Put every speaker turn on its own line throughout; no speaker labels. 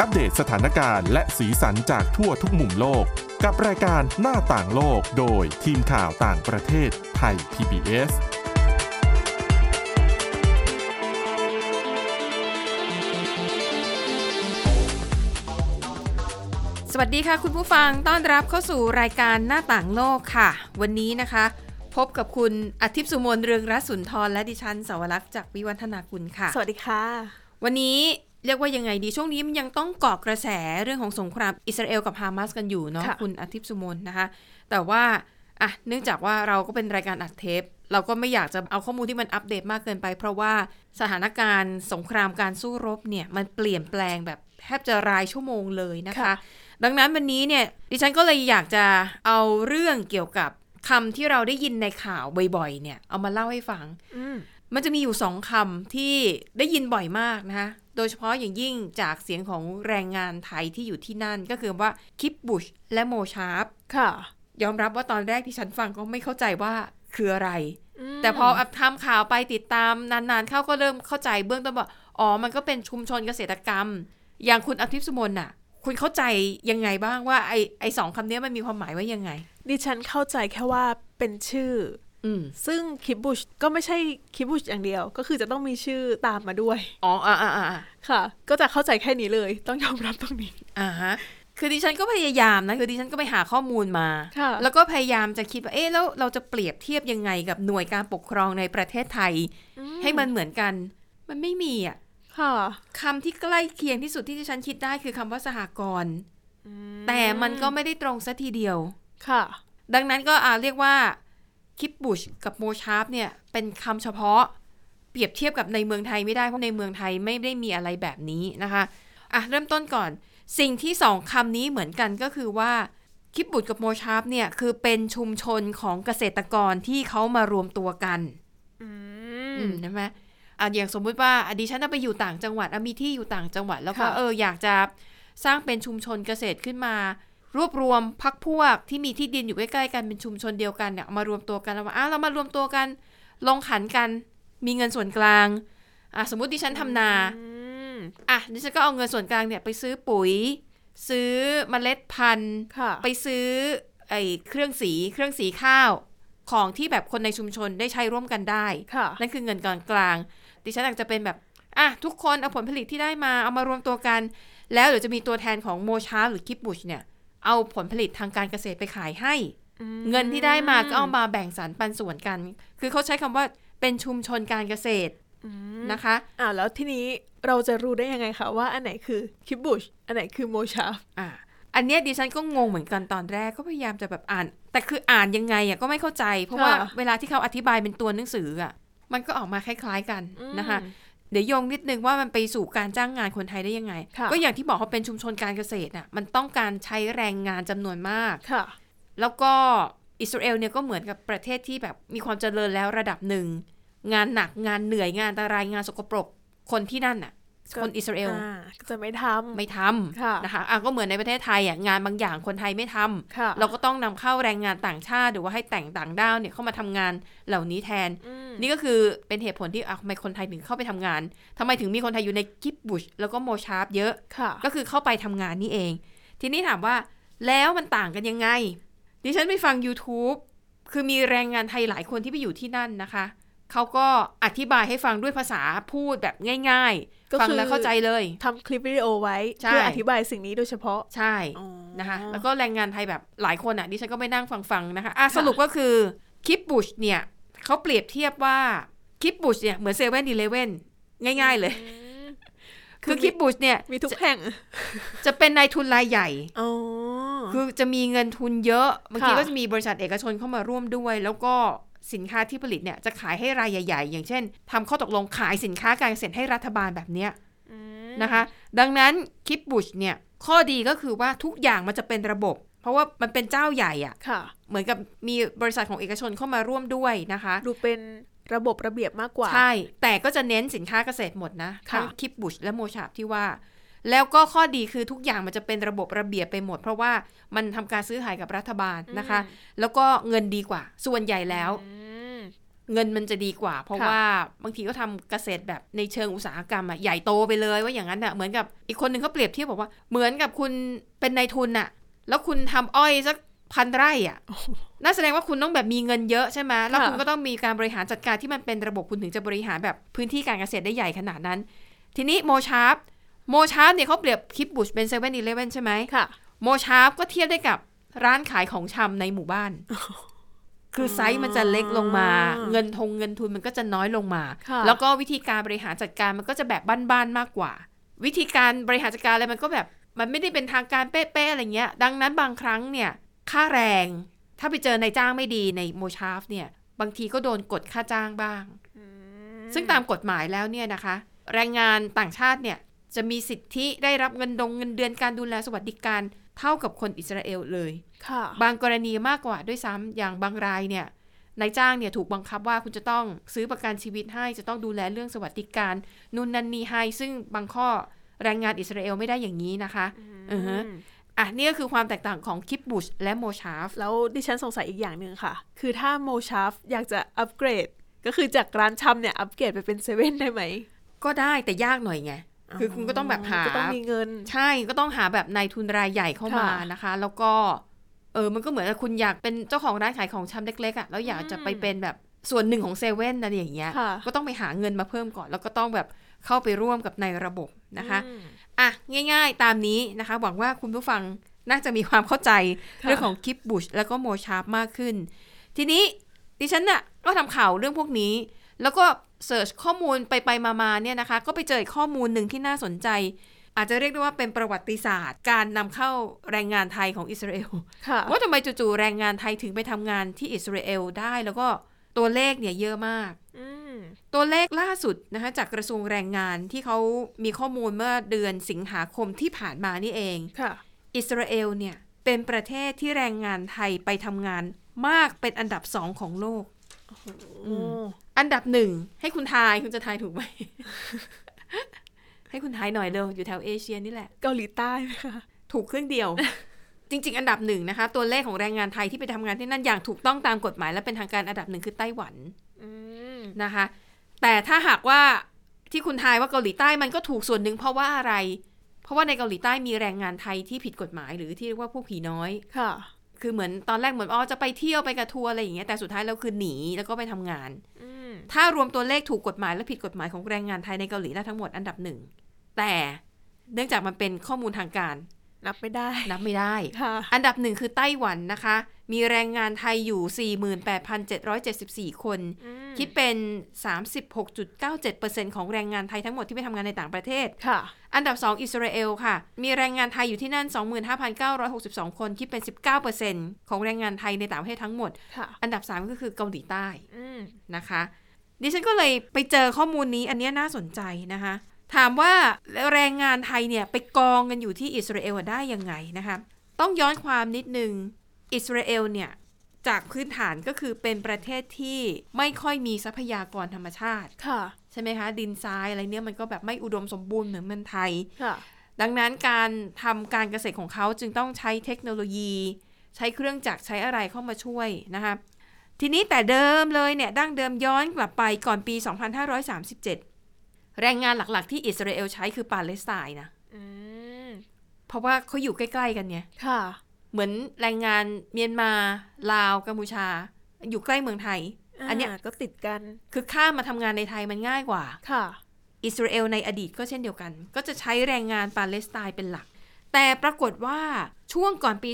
อัปเดตสถานการณ์และสีสันจากทั่วทุกมุมโลก กับรายการหน้าต่างโลกโดยทีมข่าวต่างประเทศไทย PBS
สวัสดีค่ะคุณผู้ฟังต้อนรับเข้าสู่รายการหน้าต่างโลกค่ะ วันนี้นะคะ พบกับคุณอาทิตย์สุโมนเรืองรัศนทรและดิฉันสาวรักษ์จากวิวัฒนาคุณค่ะ
สวัสดีค่ะ
วันนี้เรียกว่ายังไงดีช่วงนี้มันยังต้องเกาะกระแสเรื่องของสงครามอิสราเอลกับฮามาสกันอยู่เนาะ
ค่ะ
คุณอาทิตย์สุโมนนะคะ แต่ว่าอ่ะเนื่องจากว่าเราก็เป็นรายการอัดเทป เราก็ไม่อยากจะเอาข้อมูลที่มันอัปเดตมากเกินไป เพราะว่าสถานการณ์สงครามการสู้รบเนี่ยมันเปลี่ยนแปลงแบบแทบจะรายชั่วโมงเลยนะคะ ดังนั้นวันนี้เนี่ยดิฉันก็เลยอยากจะเอาเรื่องเกี่ยวกับคำที่เราได้ยินในข่าวบ่อยๆเนี่ยเอามาเล่าให้ฟัง
อืม
มันจะมีอยู่สองคำที่ได้ยินบ่อยมากนะคะ โดยเฉพาะอย่างยิ่งจากเสียงของแรงงานไทยที่อยู่ที่นั่นก็คือว่าคิปบุชและโมชาร์ป
ค่ะ
ยอมรับว่าตอนแรกที่ฉันฟังก็ไม่เข้าใจว่าคืออะไร
ม
แต่พอทำข่าวไปติดตามนานๆ เข้าก็เริ่มเข้าใจเบื้องต้นว่าอ๋อ มันก็เป็นชุมชนเกษตรกรรม อย่างคุณอาทิตย์สุมนน่ะ คุณเข้าใจยังไงบ้างว่าไอไอสองคำเนี้ยมันมีความหมายว่ายังไง
ดิฉันเข้าใจแค่ว่าเป็นชื่อ
อืม
ซึ่งคิบบุชก็ไม่ใช่คิบบุชอย่างเดียว ก็คือจะต้องมีชื่อตามมาด้วย
อ๋ออ่าอ่าอ่า
ค่ะ ก็จะเข้าใจแค่นี้เลย ต้องยอมรับตรงนี้
อ่าฮะคือดิฉันก็พยายามนะคือดิฉันก็ไปหาข้อมูลมา
ค่ะ
แล้วก็พยายามจะคิดว่าเอ๊ะแล้วเราจะเปรียบเทียบยังไงกับหน่วยการปกครองในประเทศไทย ให้มันเหมือนกัน มันไม่มีอ่ะ
ค่ะ
คำที่ใกล้เคียงที่สุดที่ดิฉันคิดได้คือคำว่าสหกรณ์ แต่มันก็ไม่ได้ตรงซะทีเดียว
ค่ะ
ดังนั้นก็อาเรียกว่าคิปบุชกับโมชาร์ปเนี่ยเป็นคำเฉพาะ เปรียบเทียบกับในเมืองไทยไม่ได้เพราะในเมืองไทยไม่ได้มีอะไรแบบนี้นะคะอ่ะเริ่มต้นก่อน สิ่งที่สองคำนี้เหมือนกันก็คือว่าคิปบุชกับโมชาร์ปเนี่ยคือเป็นชุมชนของเกษตรกรที่เขามารวมตัวกัน
อื
อืมใช่ไหมอ่ะอย่างสมมุติว่าอ่ะดิฉันน่ะไปอยู่ต่างจังหวัดอ่ะมีที่อยู่ต่างจังหวัด แล้วก็
ค่ะ
เอออยากจะสร้างเป็นชุมชนเกษตรขึ้นมา รวบรวมพักพวกที่มีที่ดินอยู่ใกล้ๆกันเป็นชุมชนเดียวกันเนี่ยมารวมตัวกันแล้วว่าอ่ะเรามารวมตัวกัน ลงขันกัน มีเงินส่วนกลางอ่ะสมมติดิฉันทำนา
อืม
อ่ะดิฉันก็เอาเงินส่วนกลางเนี่ยไปซื้อปุ๋ย ซื้อเมล็ดพันธุ์
ค่ะ
ไปซื้อไอ้เครื่องสีเครื่องสีข้าวของที่แบบคนในชุมชนได้ใช้ร่วมกันได้
ค่ะ
นั่นคือเงินกองกลาง ดิฉันอยากจะเป็นแบบอ่ะทุกคนเอาผลผลิตที่ได้มาเอามารวมตัวกัน แล้วเดี๋ยวจะมีตัวแทนของโมชาหรือคิปบุชเนี่ย เอาผลผลิตทางการเกษตรไปขายให้ เงินที่ได้มาก็เอามาแบ่งสรรปันส่วนกัน คือเขาใช้คำว่าเป็นชุมชนการเกษตรนะคะ
อ่าแล้วทีนี้เราจะรู้ได้ยังไงคะว่าอันไหนคือคิบบุช อันไหนคือโมชาฟ
อ่ะอันเนี้ยดิฉันก็งงเหมือนกันตอนแรกก็พยายามจะแบบอ่าน แต่คืออ่านยังไงอ่ะก็ไม่เข้าใจ เพราะว่า
ค่ะ
เวลาที่เขาอธิบายเป็นตัวหนังสืออ่ะมันก็ออกมาคล้าย ๆกันนะคะ เดี๋ยวโยงนิดนึงว่ามันไปสู่การจ้างงานคนไทยได้ยังไง
ค่ะ
ก็อย่างที่บอกว่าเป็นชุมชนการเกษตรน่ะมันต้องการใช้แรงงานจำนวนมาก
ค่ะ
แล้วก็อิสราเอลเนี่ยก็เหมือนกับประเทศที่แบบมีความเจริญแล้วระดับหนึ่ง งานหนักงานเหนื่อยงานอันตารายงานสกปรกคนที่นั่นน่ะ
ก็
คนอิสราเอล
อ่าก็จะไม่ทำ
ไม่ท
ค่ะ
ำนะคะอ่ะก็เหมือนในประเทศไทยอ่ะงานบางอย่างคนไทยไม่ทำ
ค่ะ
เราก็ต้องนำเข้าแรงงานต่างชาติ หรือว่าให้แต่งต่างด้าวเนี่ยเข้ามาทำงานเหล่านี้แทน
อืม
นี่ก็คือเป็นเหตุผลที่อ่ะทำไมคนไทยถึงเข้าไปทำงานทำไมถึงมีคนไทยอยู่ในกิบบุชแล้วก็โมชาร์ปเยอะ
ค่ะ
ก็คือเข้าไปทำงานนี่เอง ทีนี้ถามว่าแล้วมันต่างกันยังไง ดิฉันไปฟัง YouTube คือมีแรงงานไทยหลายคนที่ไปอยู่ที่นั่นนะคะ เขาก็อธิบายให้ฟังด้วยภาษาพูดแบบง่าย
ก็
ๆ ฟัง
คือ
แล้วเข้าใจเลย
ทำคลิปวิดีโอไว้
ใช่
เพื่ออธิบายสิ่งนี้โดยเฉพาะ
ใช่ นะคะ แล้ว
ก็
ก็แรงงานไทยแบบหลายคนอ่ะ ดิฉันก็ไปนั่งฟังๆนะคะอ่ะ
ค่ะ
สรุปก็คือคิปบุชเนี่ยเขาเปรียบเทียบว่าคิปบุชเนี่ยเหมือนเซเว่นดีเลเว่นง่ายๆเลย คือคิปบุชเนี่ย
มีทุกแห่ง
จะเป็นนายทุนรายใหญ่
อ๋อ
คือจะมีเงินทุนเยอะบางที
ค่ะ
ก็จะมีบริษัทเอกชนเข้ามาร่วมด้วย แล้วก็สินค้าที่ผลิตเนี่ยจะขายให้รายใหญ่ ๆ อย่างเช่นทำข้อตกลงขายสินค้าการเกษตรให้รัฐบาลแบบเนี้ย
ม
นะคะดังนั้นคิปบุชเนี่ยข้อดีก็คือว่าทุกอย่างมันจะเป็นระบบ เพราะว่ามันเป็นเจ้าใหญ่อะ
ค่ะ
เหมือนกับมีบริษัทของเอกชนเข้ามาร่วมด้วยนะคะ
ดูเป็นระบบระเบียบมากกว่า
ใช่ แต่ก็จะเน้นสินค้าเกษตรหมดนะ
ค่ะ
ทั้งคิปบุชและโมชาบที่ว่า แล้วก็ข้อดีคือทุกอย่างมันจะเป็นระบบระเบียบไปหมด เพราะว่ามันทำการซื้อขายกับรัฐบาลนะคะ
อืม
แล้วก็เงินดีกว่า ส่วนใหญ่แล้ว
อืม
เงินมันจะดีกว่า เพราะ
ค่ะ
ว่าบางทีก็ทำเกษตรแบบในเชิงอุตสาหกรรมอะใหญ่โตไปเลยว่าอย่างนั้นอะเหมือนกับอีกคนหนึ่งเขาเปรียบเทียบบอกว่าเหมือนกับคุณเป็นนายทุนอะแล้วคุณทำอ้อยสักพันไร่ อะน่าแสดงว่าคุณต้องแบบมีเงินเยอะใช่ไหมแล้วคุณก็ต้องมีการบริหารจัดการที่มันเป็นระบบคุณถึงจะบริหารแบบพื้นที่การเกษตรได้ใหญ่ขนาดนั้น ทีนี้โมชาร์ปโมชาร์ปเนี่ยเขาเปรียบคิปบุชเป็นเซเว่นอีเลฟเว่นใช่ไหม
ค่ะ
โมชาร์ฟก็เทียบได้กับร้านขายของชำในหมู่บ้าน คือไซส์มันจะเล็กลงมา เงินทงเงินทุนมันก็จะน้อยลงมา
ค่ะ
แล้วก็วิธีการบริหารจัดการมันก็จะแบบบ้านๆมากกว่า วิธีการบริหารจัดการอะไรมันก็แบบ มันไม่ได้เป็นทางการเป๊ะๆอะไรเงี้ย ดังนั้นบางครั้งเนี่ย ค่าแรง ถ้าไปเจอนายจ้างไม่ดีในโมชาร์ฟเนี่ย บางทีก็โดนกดค่าจ้างบ้าง ซึ่งตามกฎหมายแล้วเนี่ยนะคะ แรงงานต่างชาติเนี่ย จะมีสิทธิได้รับเงินดงเงินเดือนการดูแลสวัสดิการเท่ากับคนอิสราเอลเลย
ค่ะ
บางกรณีมากกว่าด้วยซ้ำอย่างบางรายเนี่ยนายจ้างเนี่ยถูกบังคับว่าคุณจะต้องซื้อประกันชีวิตให้จะต้องดูแลเรื่องสวัสดิการนู่นนั่นนี่ให้ ซึ่งบางข้อแรงงานอิสราเอลไม่ได้อย่างนี้นะคะอือฮะอ่ะนี่ก็คือความแตกต่างของคิปบุชและโมชาฟ
แล้วดิฉันสงสัยอีกอย่างหนึ่งค่ะ คือถ้าโมชาฟอยากจะอัปเกรด ก็คือจากร้านชำเนี่ยอัปเกรดไปเป็นเซเว่นได้ไหม
ก็ได้แต่ยากหน่อยไง คือคุณก็ต้องแบบหา
ก็ต้องมีเงิน
ใช่ก็ต้องหาแบบนายทุนรายใหญ่เข้ามา
ค่ะ
นะคะ แล้วก็ เออมันก็เหมือนกับคุณอยากเป็นเจ้าของร้านขายของชำเล็กๆอะ่ะแล้วอยากจะไปเป็นแบบส่วนหนึ่งของเซเว่นอะไรอย่างเงี้ย
ค่ะ
ก็ต้องไปหาเงินมาเพิ่มก่อน แล้วก็ต้องแบบเข้าไปร่วมกับในระบบนะคะ อ่ะ ง่ายๆตามนี้นะคะ หวังว่าคุณผู้ฟังน่าจะมีความเข้าใจ
ค่ะ
เรื่องของคิปบุชแล้วก็โมชาร์ปมากขึ้น ทีนี้ดิฉันน่ะก็ทำข่าวเรื่องพวกนี้ แล้วก็เสิร์ชข้อมูลไปไปมามาเนี่ยนะคะ ก็ไปเจออีกข้อมูลหนึ่งที่น่าสนใจ อาจจะเรียกได้ว่าเป็นประวัติศาสตร์ การนำเข้าแรงงานไทยของอิสราเอล
ค่ะ
ว่าทำไมจู่ๆแรงงานไทยถึงไปทำงานที่อิสราเอลได้ แล้วก็ตัวเลขเนี่ยเยอะมาก
อืม
ตัวเลขล่าสุดนะคะจากกระทรวงแรงงานที่เขามีข้อมูลเมื่อเดือนสิงหาคมที่ผ่านมานี่เอง
ค่ะ
อิสราเอลเนี่ยเป็นประเทศที่แรงงานไทยไปทำงานมากเป็นอันดับสองของโลก
โอ้
อันดับหนึ่งให้คุณทายคุณจะทายถูกไหม ให้คุณทายหน่อยเร็วอยู่แถวเอเชียนี่แหละ
เกาหลีใต้ไหมคะ
ถูกครึ่งเดียว จริง ๆ อันดับหนึ่งนะคะ ตัวเลขของแรงงานไทยที่ไปทำงานที่นั่นอย่างถูกต้องตามกฎหมายและเป็นทางการอันดับหนึ่งคือไต้หวัน
อืม
นะคะ แต่ถ้าหากว่าที่คุณทายว่าเกาหลีใต้มันก็ถูกส่วนหนึ่งเพราะว่าอะไร เพราะว่าในเกาหลีใต้มีแรงงานไทยที่ผิดกฎหมายหรือที่เรียกว่าพวกผีน้อย
ค่ะ
คือเหมือนตอนแรกเหมือนอ๋อจะไปเที่ยวไปกับทัวร์อะไรอย่างเงี้ยแต่สุดท้ายเราคือหนีแล้วก็ไปทำงาน
อืม
ถ้ารวมตัวเลขถูกกฎหมายและผิดกฎหมายของแรงงานไทยในเกาหลีใต้ทั้งหมดอันดับหนึ่งแต่เนื่องจากมันเป็นข้อมูลทางการ
นับไม่ได้
นับไม่ได้
ค่ะ
อันดับหนึ่งคือไต้หวันนะคะ มีแรงงานไทยอยู่ 48,774 คน
อืม
คิดเป็น 36.97%ของแรงงานไทยทั้งหมดที่ไปทำงานในต่างประเทศ
ค่ะ
อันดับ 2 อิสราเอลค่ะ มีแรงงานไทยอยู่ที่นั่น 25,962 คน คิดเป็น 19%ของแรงงานไทยในต่างประเทศทั้งหมด
ค่ะ
อันดับ 3 ก็คือเกาหลีใต้
อืม
นะคะ ดิฉันก็เลยไปเจอข้อมูลนี้อันเนี้ยน่าสนใจนะคะ ถามว่าแรงงานไทยเนี่ยไปกองกันอยู่ที่อิสราเอลอะได้ยังไงนะคะ ต้องย้อนความนิดนึง อิสราเอลเนี่ย จากพื้นฐานก็คือเป็นประเทศที่ไม่ค่อยมีทรัพยากรธรรมชาติ
ค่ะ
ใช่ไหมคะ ดินทรายอะไรเนี่ยมันก็แบบไม่อุดมสมบูรณ์เหมือนเมืองไทย
ค่ะ
ดังนั้นการทำการเกษตรของเขาจึงต้องใช้เทคโนโลยี ใช้เครื่องจักรใช้อะไรเข้ามาช่วยนะคะทีนี้แต่เดิมเลยเนี่ยดั้งเดิมย้อนกลับไปก่อนปี 2537 แรงงานหลักๆ ที่อิสราเอลใช้คือปาเลสไตน์นะ
อืม
เพราะว่าเขาอยู่ใกล้ๆกันเนี่ย
ค่ะ
เหมือนแรงงานเมียนมาลาวกัมพูชา อยู่ใกล้เมืองไทย อั
อั
น
น
เนี้
เนี้
ย
ยก็ติดกัน
คือข้ามมาทำงานในไทยมันง่ายกว่า
ค่ะ
อิสราเอลในอดีตก็เช่นเดียวกัน ก็จะใช้แรงงานปาเลสไตน์เป็นหลัก แต่ปรากฏว่าช่วงก่อนปี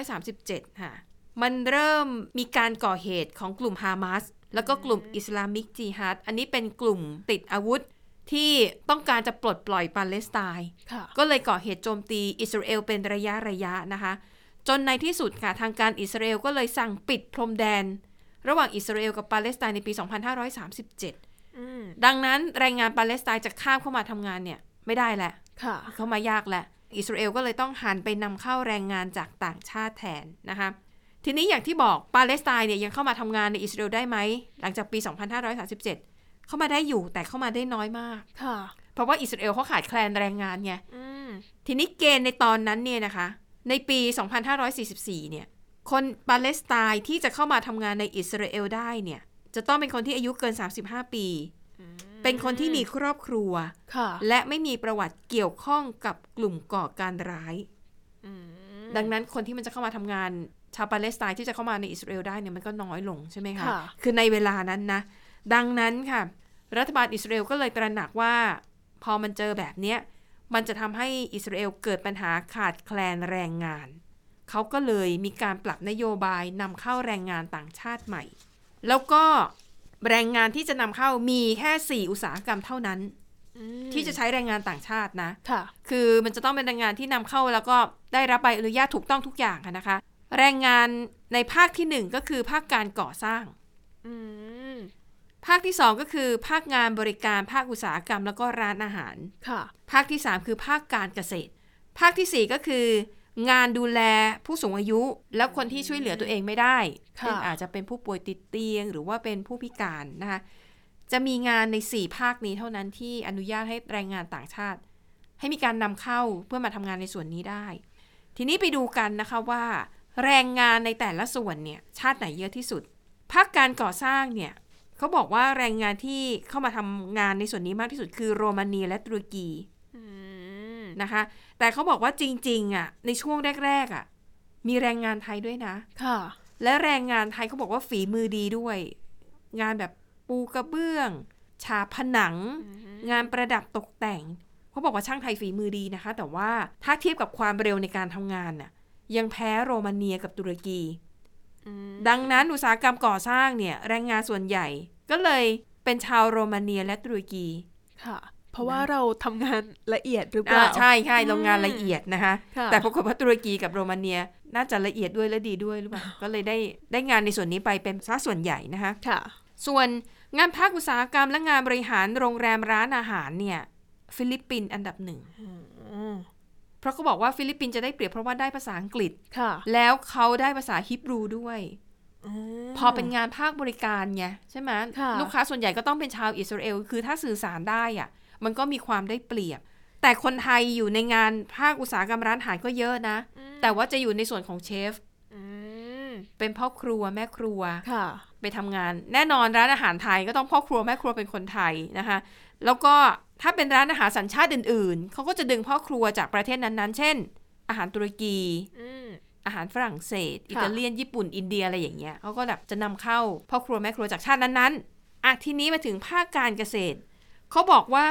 2537 ค่ะ มันเริ่มมีการก่อเหตุของกลุ่มฮามาสแล้วก็กลุ่มอิสลามิกจิฮัดอันนี้เป็นกลุ่มติดอาวุธ ที่ต้องการจะปลดปล่อยปาเลสไตน์
ค่ะ
ก็เลยก่อเหตุโจมตีอิสราเอลเป็นระยะระยะนะคะ จนในที่สุดค่ะทางการอิสราเอลก็เลยสั่งปิดพรมแดน ระหว่างอิสราเอลกับปาเลสไตน์ในปี 2537
อืม
ดังนั้นแรงงานปาเลสไตน์จะข้ามเข้ามาทำงานเนี่ย ไม่ได้แหละ
ค่ะ
เข้ามายากแหละ อิสราเอลก็เลยต้องหันไปนำเข้าแรงงานจากต่างชาติแทนนะคะ ทีนี้อย่างที่บอกปาเลสไตน์เนี่ยยังเข้ามาทำงานในอิสราเอลได้ไหม หลังจากปี 2537 เข้ามาได้อยู่แต่เข้ามาได้น้อยมาก
ค่ะ
เพราะว่าอิสราเอลเขาขาดแคลนแรงงานไง
อืม
ทีนี้เกณฑ์ในตอนนั้นเนี่ยนะคะ ในปี 2544 เนี่ย คนปาเลสไตน์ที่จะเข้ามาทำงานในอิสราเอลได้เนี่ย จะต้องเป็นคนที่อายุเกิน 35 ปี เป็นคนที่มีครอบครัว
ค่ะ
และไม่มีประวัติเกี่ยวข้องกับกลุ่มก่อการร้าย
อืม
ดังนั้นคนที่มันจะเข้ามาทำงานชาวปาเลสไตน์ที่จะเข้ามาในอิสราเอลได้เนี่ยมันก็น้อยลงใช่ไหมคะ
ค่ะ
คือในเวลานั้นนะ ดังนั้นค่ะ รัฐบาลอิสราเอลก็เลยตระหนักว่า พอมันเจอแบบเนี้ยมันจะทำให้อิสราเอลเกิดปัญหาขาดแคลนแรงงาน เขาก็เลยมีการปรับนโยบายนำเข้าแรงงานต่างชาติใหม่ แล้วก็แรงงานที่จะนำเข้ามีแค่สี่อุตสาหกรรมเท่านั้น
อืม
ที่จะใช้แรงงานต่างชาตินะ
ค่ะ
คือมันจะต้องเป็นแรงงานที่นำเข้าแล้วก็ได้รับใบอนุญาตถูกต้องทุกอย่างอะนะคะ แรงงานในภาคที่หนึ่งก็คือภาคการก่อสร้าง
อืม
ภาคที่สองก็คือภาคงานบริการภาคอุตสาหกรรมแล้วก็ร้านอาหาร
ค่ะ
ภาคที่สามคือภาคการเกษตร ภาคที่สี่ก็คือ งานดูแลผู้สูงอายุ แล้วคนที่ช่วยเหลือตัวเองไม่ได้
ค่ะ
ซึ่งอาจจะเป็นผู้ป่วยติดเตียง หรือว่าเป็นผู้พิการนะคะจะมีงานในสี่ภาคนี้เท่านั้นที่อนุญาตให้แรงงานต่างชาติ ให้มีการนำเข้าเพื่อมาทำงานในส่วนนี้ได้ ทีนี้ไปดูกันนะคะว่า แรงงานในแต่ละส่วนเนี่ยชาติไหนเยอะที่สุด ภาคการก่อสร้างเนี่ยเขาบอกว่าแรงงานที่เข้ามาทำงานในส่วนนี้มากที่สุดคือโรมาเนียและตุรกี
อืม
นะคะแต่เขาบอกว่าจริงๆอ่ะในช่วงแรกๆอ่ะมีแรงงานไทยด้วยนะ
ค่ะ
และแรงงานไทยเขาบอกว่าฝีมือดีด้วย งานแบบปูกระเบื้อง ฉาบผนัง งานประดับตกแต่งเขาบอกว่าช่างไทยฝีมือดีนะคะ แต่ว่าถ้าเทียบกับความเร็วในการทำงานน่ะยังแพ้โรมาเนียกับตุรกี
อืม
ดังนั้นอุตสาหกรรมก่อสร้างเนี่ยแรงงานส่วนใหญ่ ก็เลยเป็นชาวโรมาเนียและตุรกี
ค่ะ เพราะว่าเราทำงานละเอียดหรือเป
อ่า
ล่า
ใช่ใช่
อืม
โรงงานละเอียดนะคะ
ค่ะ
แต่ปรากฏว่าตุรกีกับโรมาเนียน่าจะละเอียดด้วยและดีด้วยหรือเปล่า ก็เลยได้ได้งานในส่วนนี้ไปเป็นซะส่วนใหญ่นะคะ
ค่ะ
ส่วนงานภาคอุตสาหกรรมและงานบริหารโรงแรมร้านอาหารเนี่ยฟิลิปปินส์อันดับหนึ่ง เพราะเขาบอกว่าฟิลิปปินส์จะได้เปรียบเพราะว่าได้ภาษาอังกฤษ
ค่ะ
แล้วเขาได้ภาษาฮิบรูด้วย
ม
พอเป็นงานภาคบริการไงใช่ไหม
ค่ะ
ลูกค้าส่วนใหญ่ก็ต้องเป็นชาวอิสราเอลคือถ้าสื่อสารได้อะมันก็มีความได้เปรียบ แต่คนไทยอยู่ในงานภาคอุตสาหกรรมร้านอาหารก็เยอะนะ แต่ว่าจะอยู่ในส่วนของเชฟ
อืม
เป็นพ่อครัวแม่ครัว
ค่ะ
ไปทำงาน แน่นอนร้านอาหารไทยก็ต้องพ่อครัวแม่ครัวเป็นคนไทยนะคะ แล้วก็ถ้าเป็นร้านอาหารสัญชาติอื่น ๆเขาก็จะดึงพ่อครัวจากประเทศนั้นๆ เช่น อาหารตุรกี
อืม
อาหารฝรั่งเศส อิ
ค่ะ
ตาเลียน ญี่ปุ่น อินเดีย อะไรอย่างเงี้ยเขาก็แบบจะนำเข้าพ่อครัวแม่ครัวจากชาตินั้นๆอ่ะทีนี้มาถึงภาคการเกษตร เขาบอกว่า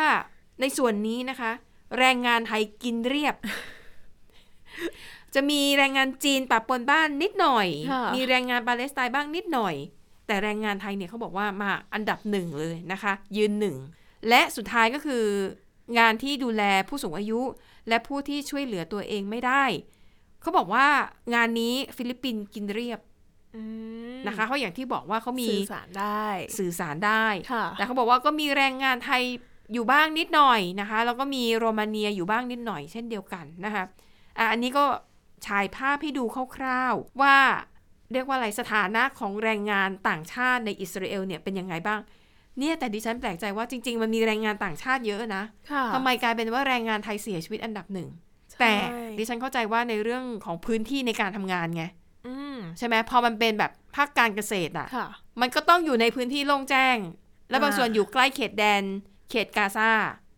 ในส่วนนี้นะคะ แรงงานไทยกินเรีย บ จะมีแรงงานจีนปะปนบ้านนิดหน่อย
ค่ะ
มีแรงงานปาเลสไตน์บ้างนิดหน่อย แต่แรงงานไทยเนี่ยเขาบอกว่ามาอันดับหนึ่งเลยนะคะ ยืนหนึ่ง และสุดท้ายก็คืองานที่ดูแลผู้สูงอายุ และผู้ที่ช่วยเหลือตัวเองไม่ได้ เขาบอกว่างานนี้ฟิลิปปินส์กินเรียบ
อืม
นะคะเพราะอย่างที่บอกว่าเขามี
สื่อสารได้
สื่อสารได้
ค่ะ
แต่เขาบอกว่าก็มีแรงงานไทยอยู่บ้างนิดหน่อยนะคะ แล้วก็มีโรมาเนียอยู่บ้างนิดหน่อยเช่นเดียวกันนะคะอ่ะอันนี้ก็ฉายภาพให้ดูคร่าวๆว่าเรียกว่าอะไรสถานะของแรงงานต่างชาติในอิสราเอลเนี่ยเป็นยังไงบ้าง เนี่ยแต่ดิฉันแปลกใจว่าจริง ๆ มันมีแรงงานต่างชาติเยอะนะ
ค่ะ
ทำไมกลายเป็นว่าแรงงานไทยเสียชีวิตอันดับหนึ่ง
ใช่
แต่ดิฉันเข้าใจว่าในเรื่องของพื้นที่ในการทำงานไง
อืม
ใช่ไหมพอมันเป็นแบบภาคการเกษตรอ่ะ
ค่ะ
มันก็ต้องอยู่ในพื้นที่โล่งแจ้ง และบาง
อ่า
ส่วนอยู่ใกล้เขตแดน เขตกาซา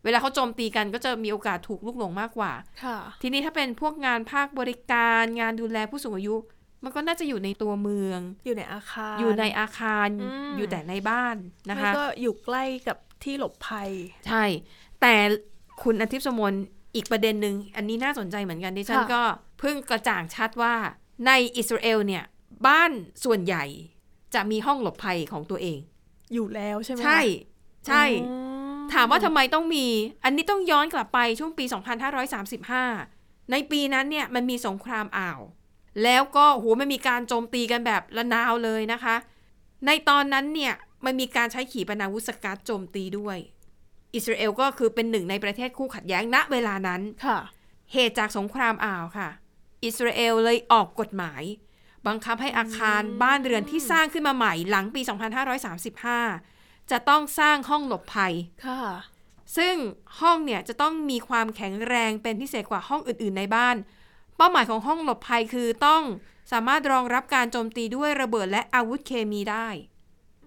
เวลาเขาโจมตีกันก็จะมีโอกาสถูกลุกหลงมากกว่า
ค่ะ
ทีนี้ถ้าเป็นพวกงานภาคบริการงานดูแลผู้สูงอายุ มันก็น่าจะอยู่ในตัวเมือง
อยู่ในอาคาร
อยู่ในอาคาร
อืม
อยู่แต่ในบ้านนะคะ
ไม่ก็อยู่ใกล้กับที่หลบภัย
ใช่ แต่คุณอาทิตย์สมนอีกประเด็นหนึ่งอันนี้น่าสนใจเหมือนกันดิฉัน
ค่ะ
ก็เพิ่งกระจ่างชัดว่าในอิสราเอลเนี่ย บ้านส่วนใหญ่จะมีห้องหลบภัยของตัวเอง
อยู่แล้วใช่ไหมคะ
ใช่ใช่
อืม
ถามว่าทำไมต้องมี อันนี้ต้องย้อนกลับไปช่วงปี 2535 ในปีนั้นเนี่ยมันมีสงครามอ่าว แล้วก็โหมันมีการโจมตีกันแบบระนาวเลยนะคะ ในตอนนั้นเนี่ยมันมีการใช้ขีปนาวุธสกัดโจมตีด้วย อิสราเอลก็คือเป็นหนึ่งในประเทศคู่ขัดแย้งณเวลานั้น
ค่ะ
เหตุจากสงครามอ่าวค่ะ อิสราเอลเลยออกกฎหมาย บังคับให้อาคารบ้านเรือนที่สร้างขึ้นมาใหม่หลังปี 2535 จะต้องสร้างห้องหลบภัย
ค่ะ
ซึ่งห้องเนี่ยจะต้องมีความแข็งแรงเป็นพิเศษกว่าห้องอื่นๆในบ้าน เป้าหมายของห้องหลบภัยคือต้องสามารถรองรับการโจมตีด้วยระเบิดและอาวุธเคมีได้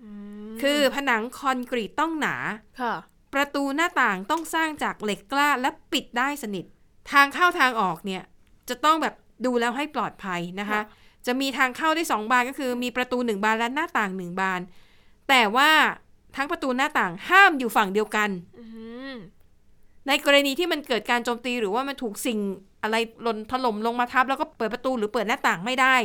อืม
คือผนังคอนกรีตต้องหนา
ค่ะ
ประตูหน้าต่างต้องสร้างจากเหล็กกล้าและปิดได้สนิท ทางเข้าทางออกเนี่ย จะต้องแบบดูแล้วให้ปลอดภัยนะคะ
ค่ะ
จะมีทางเข้าได้สองบานก็คือ มีประตูหนึ่งบานและหน้าต่างหนึ่งบาน แต่ว่าทั้งประตูหน้าต่างห้ามอยู่ฝั่งเดียวกัน
อืม
ในกรณีที่มันเกิดการโจมตีหรือว่ามันถูกสิ่งอะไรหล่นถล่มลงมาทับ แล้วก็เปิดประตูหรือเปิดหน้าต่างไม่ได้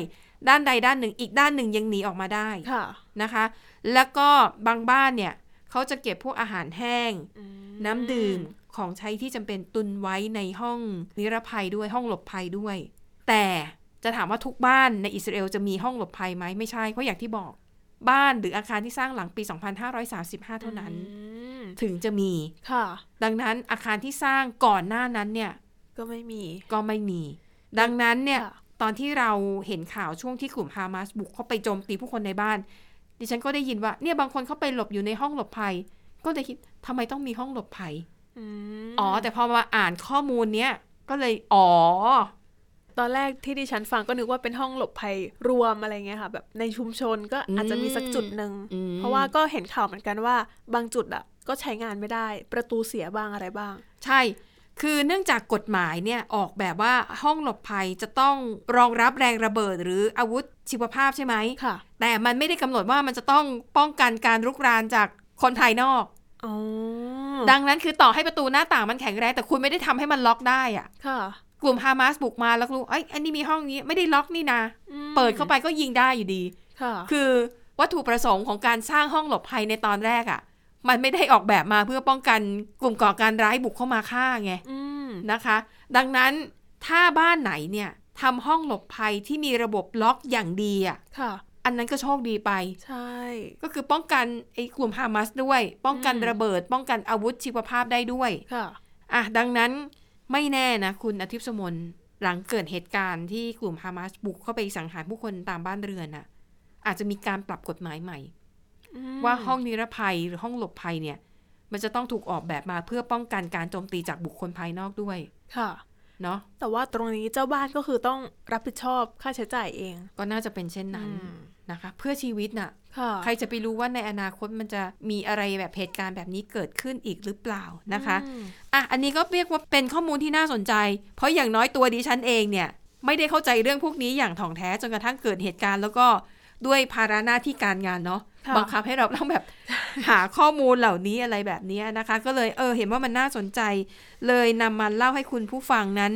ด้านใดด้านหนึ่งอีกด้านหนึ่งยังหนีออกมาได้
ค่ะ
นะคะ แล้วก็บางบ้านเนี่ยเขาจะเก็บพวกอาหารแห้ง
อืม
น้ำดื่มของใช้ที่จำเป็นตุนไว้ในห้องนิรภัยด้วยห้องหลบภัยด้วย แต่จะถามว่าทุกบ้านในอิสราเอลจะมีห้องหลบภัยไหมไม่ใช่ เพราะอย่างที่บอก บ้านหรืออาคารที่สร้างหลังปี 2535 เท่านั้น
อืม
ถึงจะมี
ค่ะ
ดังนั้นอาคารที่สร้างก่อนหน้านั้นเนี่ย
ก็ไม่มี
ก็ไม่มี ดังนั้นเนี่ย
ค่ะ
ตอนที่เราเห็นข่าวช่วงที่กลุ่มฮามาสบุกเข้าไปโจมตีผู้คนในบ้าน ดิฉันก็ได้ยินว่าเนี่ยบางคนเข้าไปหลบอยู่ในห้องหลบภัย ก็เลยคิดทำไมต้องมีห้องหลบภัย
อืม
อ๋อ แต่พอมาอ่านข้อมูลเนี้ยก็เลย อ๋อ
ตอนแรกที่ดิฉันฟังก็นึกว่าเป็นห้องหลบภัยรวมอะไรเงี้ยค่ะ แบบในชุมชนก็อาจจะมีสักจุดหนึ่ง
อืม
เพราะว่าก็เห็นข่าวเหมือนกันว่า บางจุดอ่ะ ก็ใช้งานไม่ได้ ประตูเสียบ้างอะไรบ้าง
ใช่ คือเนื่องจากกฎหมายเนี่ย ออกแบบว่าห้องหลบภัยจะต้องรองรับแรงระเบิดหรืออาวุธชีวภาพใช่ไหม
ค่ะ
แต่มันไม่ได้กำหนดว่ามันจะต้องป้องกันการรุกรานจากคนภายนอก
อ๋อ
ดังนั้นคือต่อให้ประตูหน้าต่างมันแข็งแรง แต่คุณไม่ได้ทำให้มันล็อกได้อะ
ค่ะ
กลุ่มฮามาสบุกมาแล้วรู้ไอ้ยอันนี้มีห้องนี้ไม่ได้ล็อกนี่นะ
อืม
เปิดเข้าไปก็ยิงได้อยู่ดี
ค่ะ
คือวัตถุประสงค์ของการสร้างห้องหลบภัยในตอนแรกอะ่ะ มันไม่ได้ออกแบบมาเพื่อป้องกันกลุ่มก่อการร้ายบุกเข้ามาฆ่าไง
อืม
นะคะ ดังนั้นถ้าบ้านไหนเนี่ยทำห้องหลบภัยที่มีระบบล็อกอย่างดีอะ่ะ
ค่ะ
อันนั้นก็โชคดีไป
ใช่
ก็คือป้องกันไอ้กลุ่มฮามาสด้วย ป้องกัน
อืม
ระเบิด ป้องกันอาวุธชีวภาพได้ด้วย
ค่ะ
อ่ะดังนั้นไม่แน่นะคุณอาทิตย์สมนหลังเกิดเหตุการณ์ที่กลุ่มฮามาสบุกเข้าไปสังหารผู้คนตามบ้านเรือนน่ะอาจจะมีการปรับกฎหมายใหม่
อืม
ว่าห้องนิรภัยหรือห้องหลบภัยเนี่ย มันจะต้องถูกออกแบบมาเพื่อป้องกันการโจมตีจากบุคคลภายนอกด้วย
ค่ะ
เนาะ
แต่ว่าตรงนี้เจ้าบ้านก็คือต้องรับผิดชอบค่าใช้จ่ายเอง
ก็น่าจะเป็นเช่นนั้น
อืม
นะคะ เพื่อชีวิตน่ะ
ค่ะ
ใครจะไปรู้ว่าในอนาคตมันจะมีอะไรแบบเหตุการณ์แบบนี้เกิดขึ้นอีกหรือเปล่านะคะ
อืม
อ่ะอันนี้ก็เรียกว่าเป็นข้อมูลที่น่าสนใจ เพราะอย่างน้อยตัวดิฉันเองเนี่ย ไม่ได้เข้าใจเรื่องพวกนี้อย่างถ่องแท้จนกระทั่งเกิดเหตุการณ์ แล้วก็ด้วยภาระหน้าที่การงานเนาะ
ค่ะ
บังคับให้เราต้องแบบ หาข้อมูลเหล่านี้อะไรแบบนี้นะคะ ก็เลยเออเห็นว่ามันน่าสนใจ เลยนำมาเล่าให้คุณผู้ฟังนั้น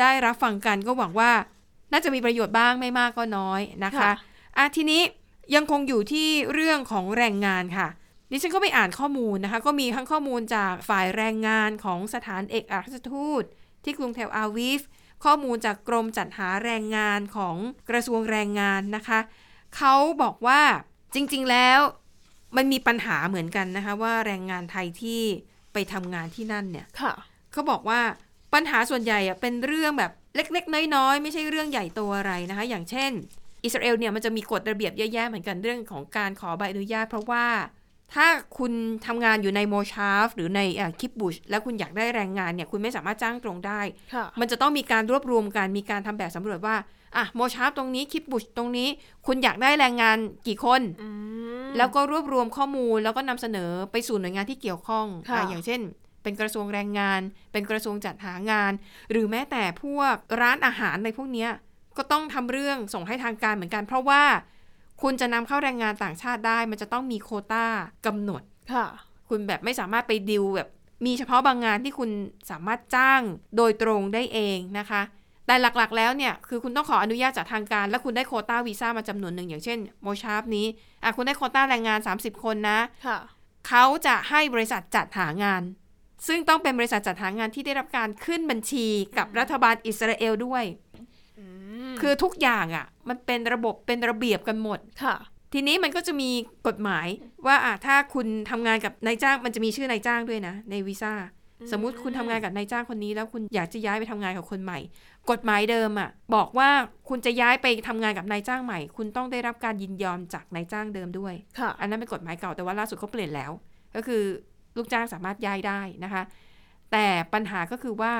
ได้รับฟังกันก็หวังว่า น่าจะมีประโยชน์บ้างไม่มากก็น้อยนะคะอ่ะทีนี้ยังคงอยู่ที่เรื่องของแรงงานค่ะ ดิฉันก็ไปอ่านข้อมูลนะคะ ก็มีทั้งข้อมูลจากฝ่ายแรงงานของสถานเอกอัครราชทูต ที่กรุงเทลอาวีฟข้อมูลจากกรมจัดหาแรงงานของกระทรวงแรงงานนะคะ เขาบอกว่าจริงๆแล้วมันมีปัญหาเหมือนกันนะคะว่าแรงงานไทยที่ไปทำงานที่นั่นเนี่ย
ค่ะ
เขาบอกว่าปัญหาส่วนใหญ่อะเป็นเรื่องแบบเล็กๆ น้อยๆ ไม่ใช่เรื่องใหญ่โตอะไรนะคะ อย่างเช่น อิสราเอลเนี่ยมันจะมีกฎระเบียบเยอะแยะเหมือนกันเรื่องของการขอใบอนุญาต เพราะว่าถ้าคุณทำงานอยู่ในโมชาฟ หรือในเอ่อคิบบุชแล้วคุณอยากได้แรงงานเนี่ยคุณไม่สามารถจ้างตรงได้
ค่ะ
มันจะต้องมีการรวบรวมกันมีการทำแบบสำรวจว่า อ่ะ โมชาร์ปตรงนี้ คิปบุชตรงนี้ คุณอยากได้แรงงานกี่คน
อืม
แล้วก็รวบรวมข้อมูลแล้วก็นำเสนอไปสู่หน่วยงานที่เกี่ยวข้อง
ค่ะ
อะอย่างเช่น เป็นกระทรวงแรงงาน เป็นกระทรวงจัดหางาน หรือแม้แต่พวกร้านอาหารในพวกเนี้ยก็ต้องทำเรื่องส่งให้ทางการเหมือนกัน เพราะว่าคุณจะนำเข้าแรงงานต่างชาติได้ มันจะต้องมีโควต้ากำหนด
ค่ะ
คุณแบบไม่สามารถไปดิวแบบมีเฉพาะบางงานที่คุณสามารถจ้างโดยตรงได้เองนะคะ แต่หลักๆแล้วเนี่ย คือคุณต้องขออนุญาตจากทางการ และคุณได้โควต้าวีซ่ามาจำนวนหนึ่งอย่างเช่นโมชาร์ปนี้อ่ะคุณได้โควต้าแรงงาน 30 คนนะ
ค่ะ
เขาจะให้บริษัทจัดหางาน ซึ่งต้องเป็นบริษัทจัดหางานที่ได้รับการขึ้นบัญชีกับรัฐบาลอิสราเอลด้วย
อืม
คือทุกอย่างอ่ะมันเป็นระบบเป็นระเบียบกันหมด
ค่ะ
ทีนี้มันก็จะมีกฎหมายว่าอ่ะถ้าคุณทำงานกับนายจ้างมันจะมีชื่อนายจ้างด้วยนะ ในวีซ่า
อืม
สมมุติคุณทำงานกับนายจ้างคนนี้แล้วคุณอยากจะย้ายไปทำงานกับคนใหม่ กฎหมายเดิมอ่ะบอกว่าคุณจะย้ายไปทำงานกับนายจ้างใหม่ คุณต้องได้รับการยินยอมจากนายจ้างเดิมด้วย
ค่ะ
อันนั้นเป็นกฎหมายเก่าแต่ว่าล่าสุดเขาเปลี่ยนแล้ว ก็คือลูกจ้างสามารถย้ายได้นะคะ แต่ปัญหาก็คือว่า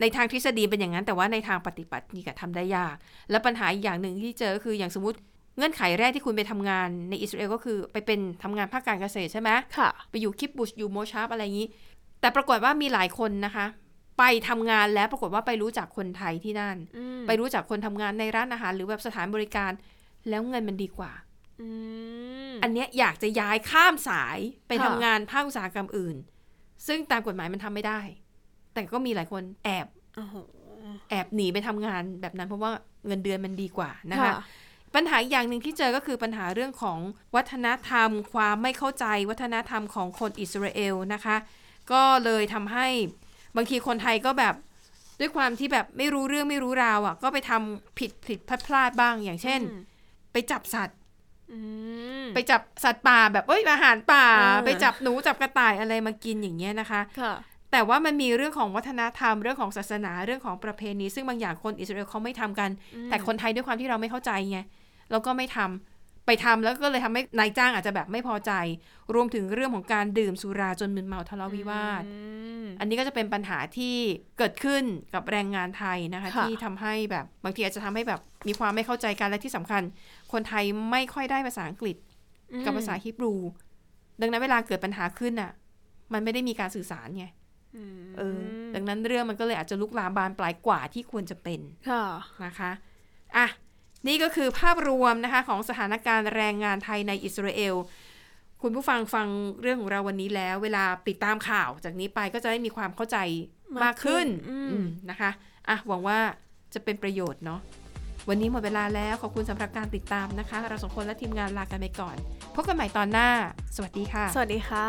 ในทางทฤษฎีเป็นอย่างนั้น แต่ว่าในทางปฏิบัตินี่ก็ทำได้ยาก และปัญหาอีกอย่างหนึ่งที่เจอคืออย่างสมมติ เงื่อนไขแรกที่คุณไปทำงานในอิสราเอลก็คือไปเป็นทำงานภาคการเกษตรใช่ไหม
ค่ะ
ไปอยู่คิปบุชอยู่โมชาร์ปอะไรอย่างนี้ แต่ปรากฏว่ามีหลายคนนะคะ ไปทำงานแล้วปรากฏว่าไปรู้จักคนไทยที่นั่น
อืม
ไปรู้จักคนทำงานในร้านอาหารหรือแบบสถานบริการ แล้วเงินมันดีกว่า
อืม
อันเนี้ยอยากจะย้ายข้ามสายไป
ค่ะ
ทำงานภาคอุตสาหกรรมอื่น ซึ่งตามกฎหมายมันทำไม่ได้ แต่ก็มีหลายคนแอบ
โอ้โห
แอบหนีไปทำงานแบบนั้นเพราะว่าเงินเดือนมันดีกว่านะคะ
ค่ะ
ปัญหาอีกอย่างหนึ่งที่เจอก็คือปัญหาเรื่องของวัฒนธรรม ความไม่เข้าใจวัฒนธรรมของคนอิสราเอลนะคะ ก็เลยทำให้บางทีคนไทยก็แบบด้วยความที่แบบไม่รู้เรื่องไม่รู้ราวอะ่ะ ก็ไปทำผิดผิดพลาดพลาดบ้าง อย่างเช่น
อืม
ไปจับสัตว์
อืม
ไปจับสัตว์ป่าแบบเอ้ยอาหารป่า
เออ
ไปจับหนูจับกระต่ายอะไรมากินอย่างเงี้ยนะคะ
ค่ะ
แต่ว่ามันมีเรื่องของวัฒนธรรมเรื่องของศาสนาเรื่องของประเพณี ซึ่งบางอย่างคนอิสราเอลเขาไม่ทำกัน
อืม
แต่คนไทยด้วยความที่เราไม่เข้าใจไงเราก็ไม่ทำไปทำแล้วก็เลยทำให้นายจ้างอาจจะแบบไม่พอใจ รวมถึงเรื่องของการดื่มสุราจนมึนเมาทะเลาะวิวาท
อืม
อันนี้ก็จะเป็นปัญหาที่เกิดขึ้นกับแรงงานไทยนะคะ
ค่ะ
ที่ทำให้แบบบางทีอาจจะทำให้แบบมีความไม่เข้าใจกันและที่สำคัญ คนไทยไม่ค่อยได้ภาษาอังกฤษ กับภาษาฮิบรู ดังนั้นเวลาเกิดปัญหาขึ้นน่ะ มันไม่ได้มีการสื่อสารไง
อืม
เออดังนั้นเรื่องมันก็เลยอาจจะลุกลามบานปลายกว่าที่ควรจะเป็น
ค่ะ
นะคะ อ่ะ นี่ก็คือภาพรวมนะคะของสถานการณ์แรงงานไทยในอิสราเอล คุณผู้ฟังฟังเรื่องของเราวันนี้แล้ว เวลาติดตามข่าวจากนี้ไปก็จะได้มีความเข้าใจมากขึ้น
มากขึ้นอืม
อืมนะคะ อ่ะ หวังว่าจะเป็นประโยชน์เนาะ วันนี้หมดเวลาแล้ว ขอบคุณสำหรับการติดตามนะคะ เราสองคนและทีมงานลากันไปก่อน พบกันใหม่ตอนหน้า สวัสดีค่ะ
สวัสดีค่ะ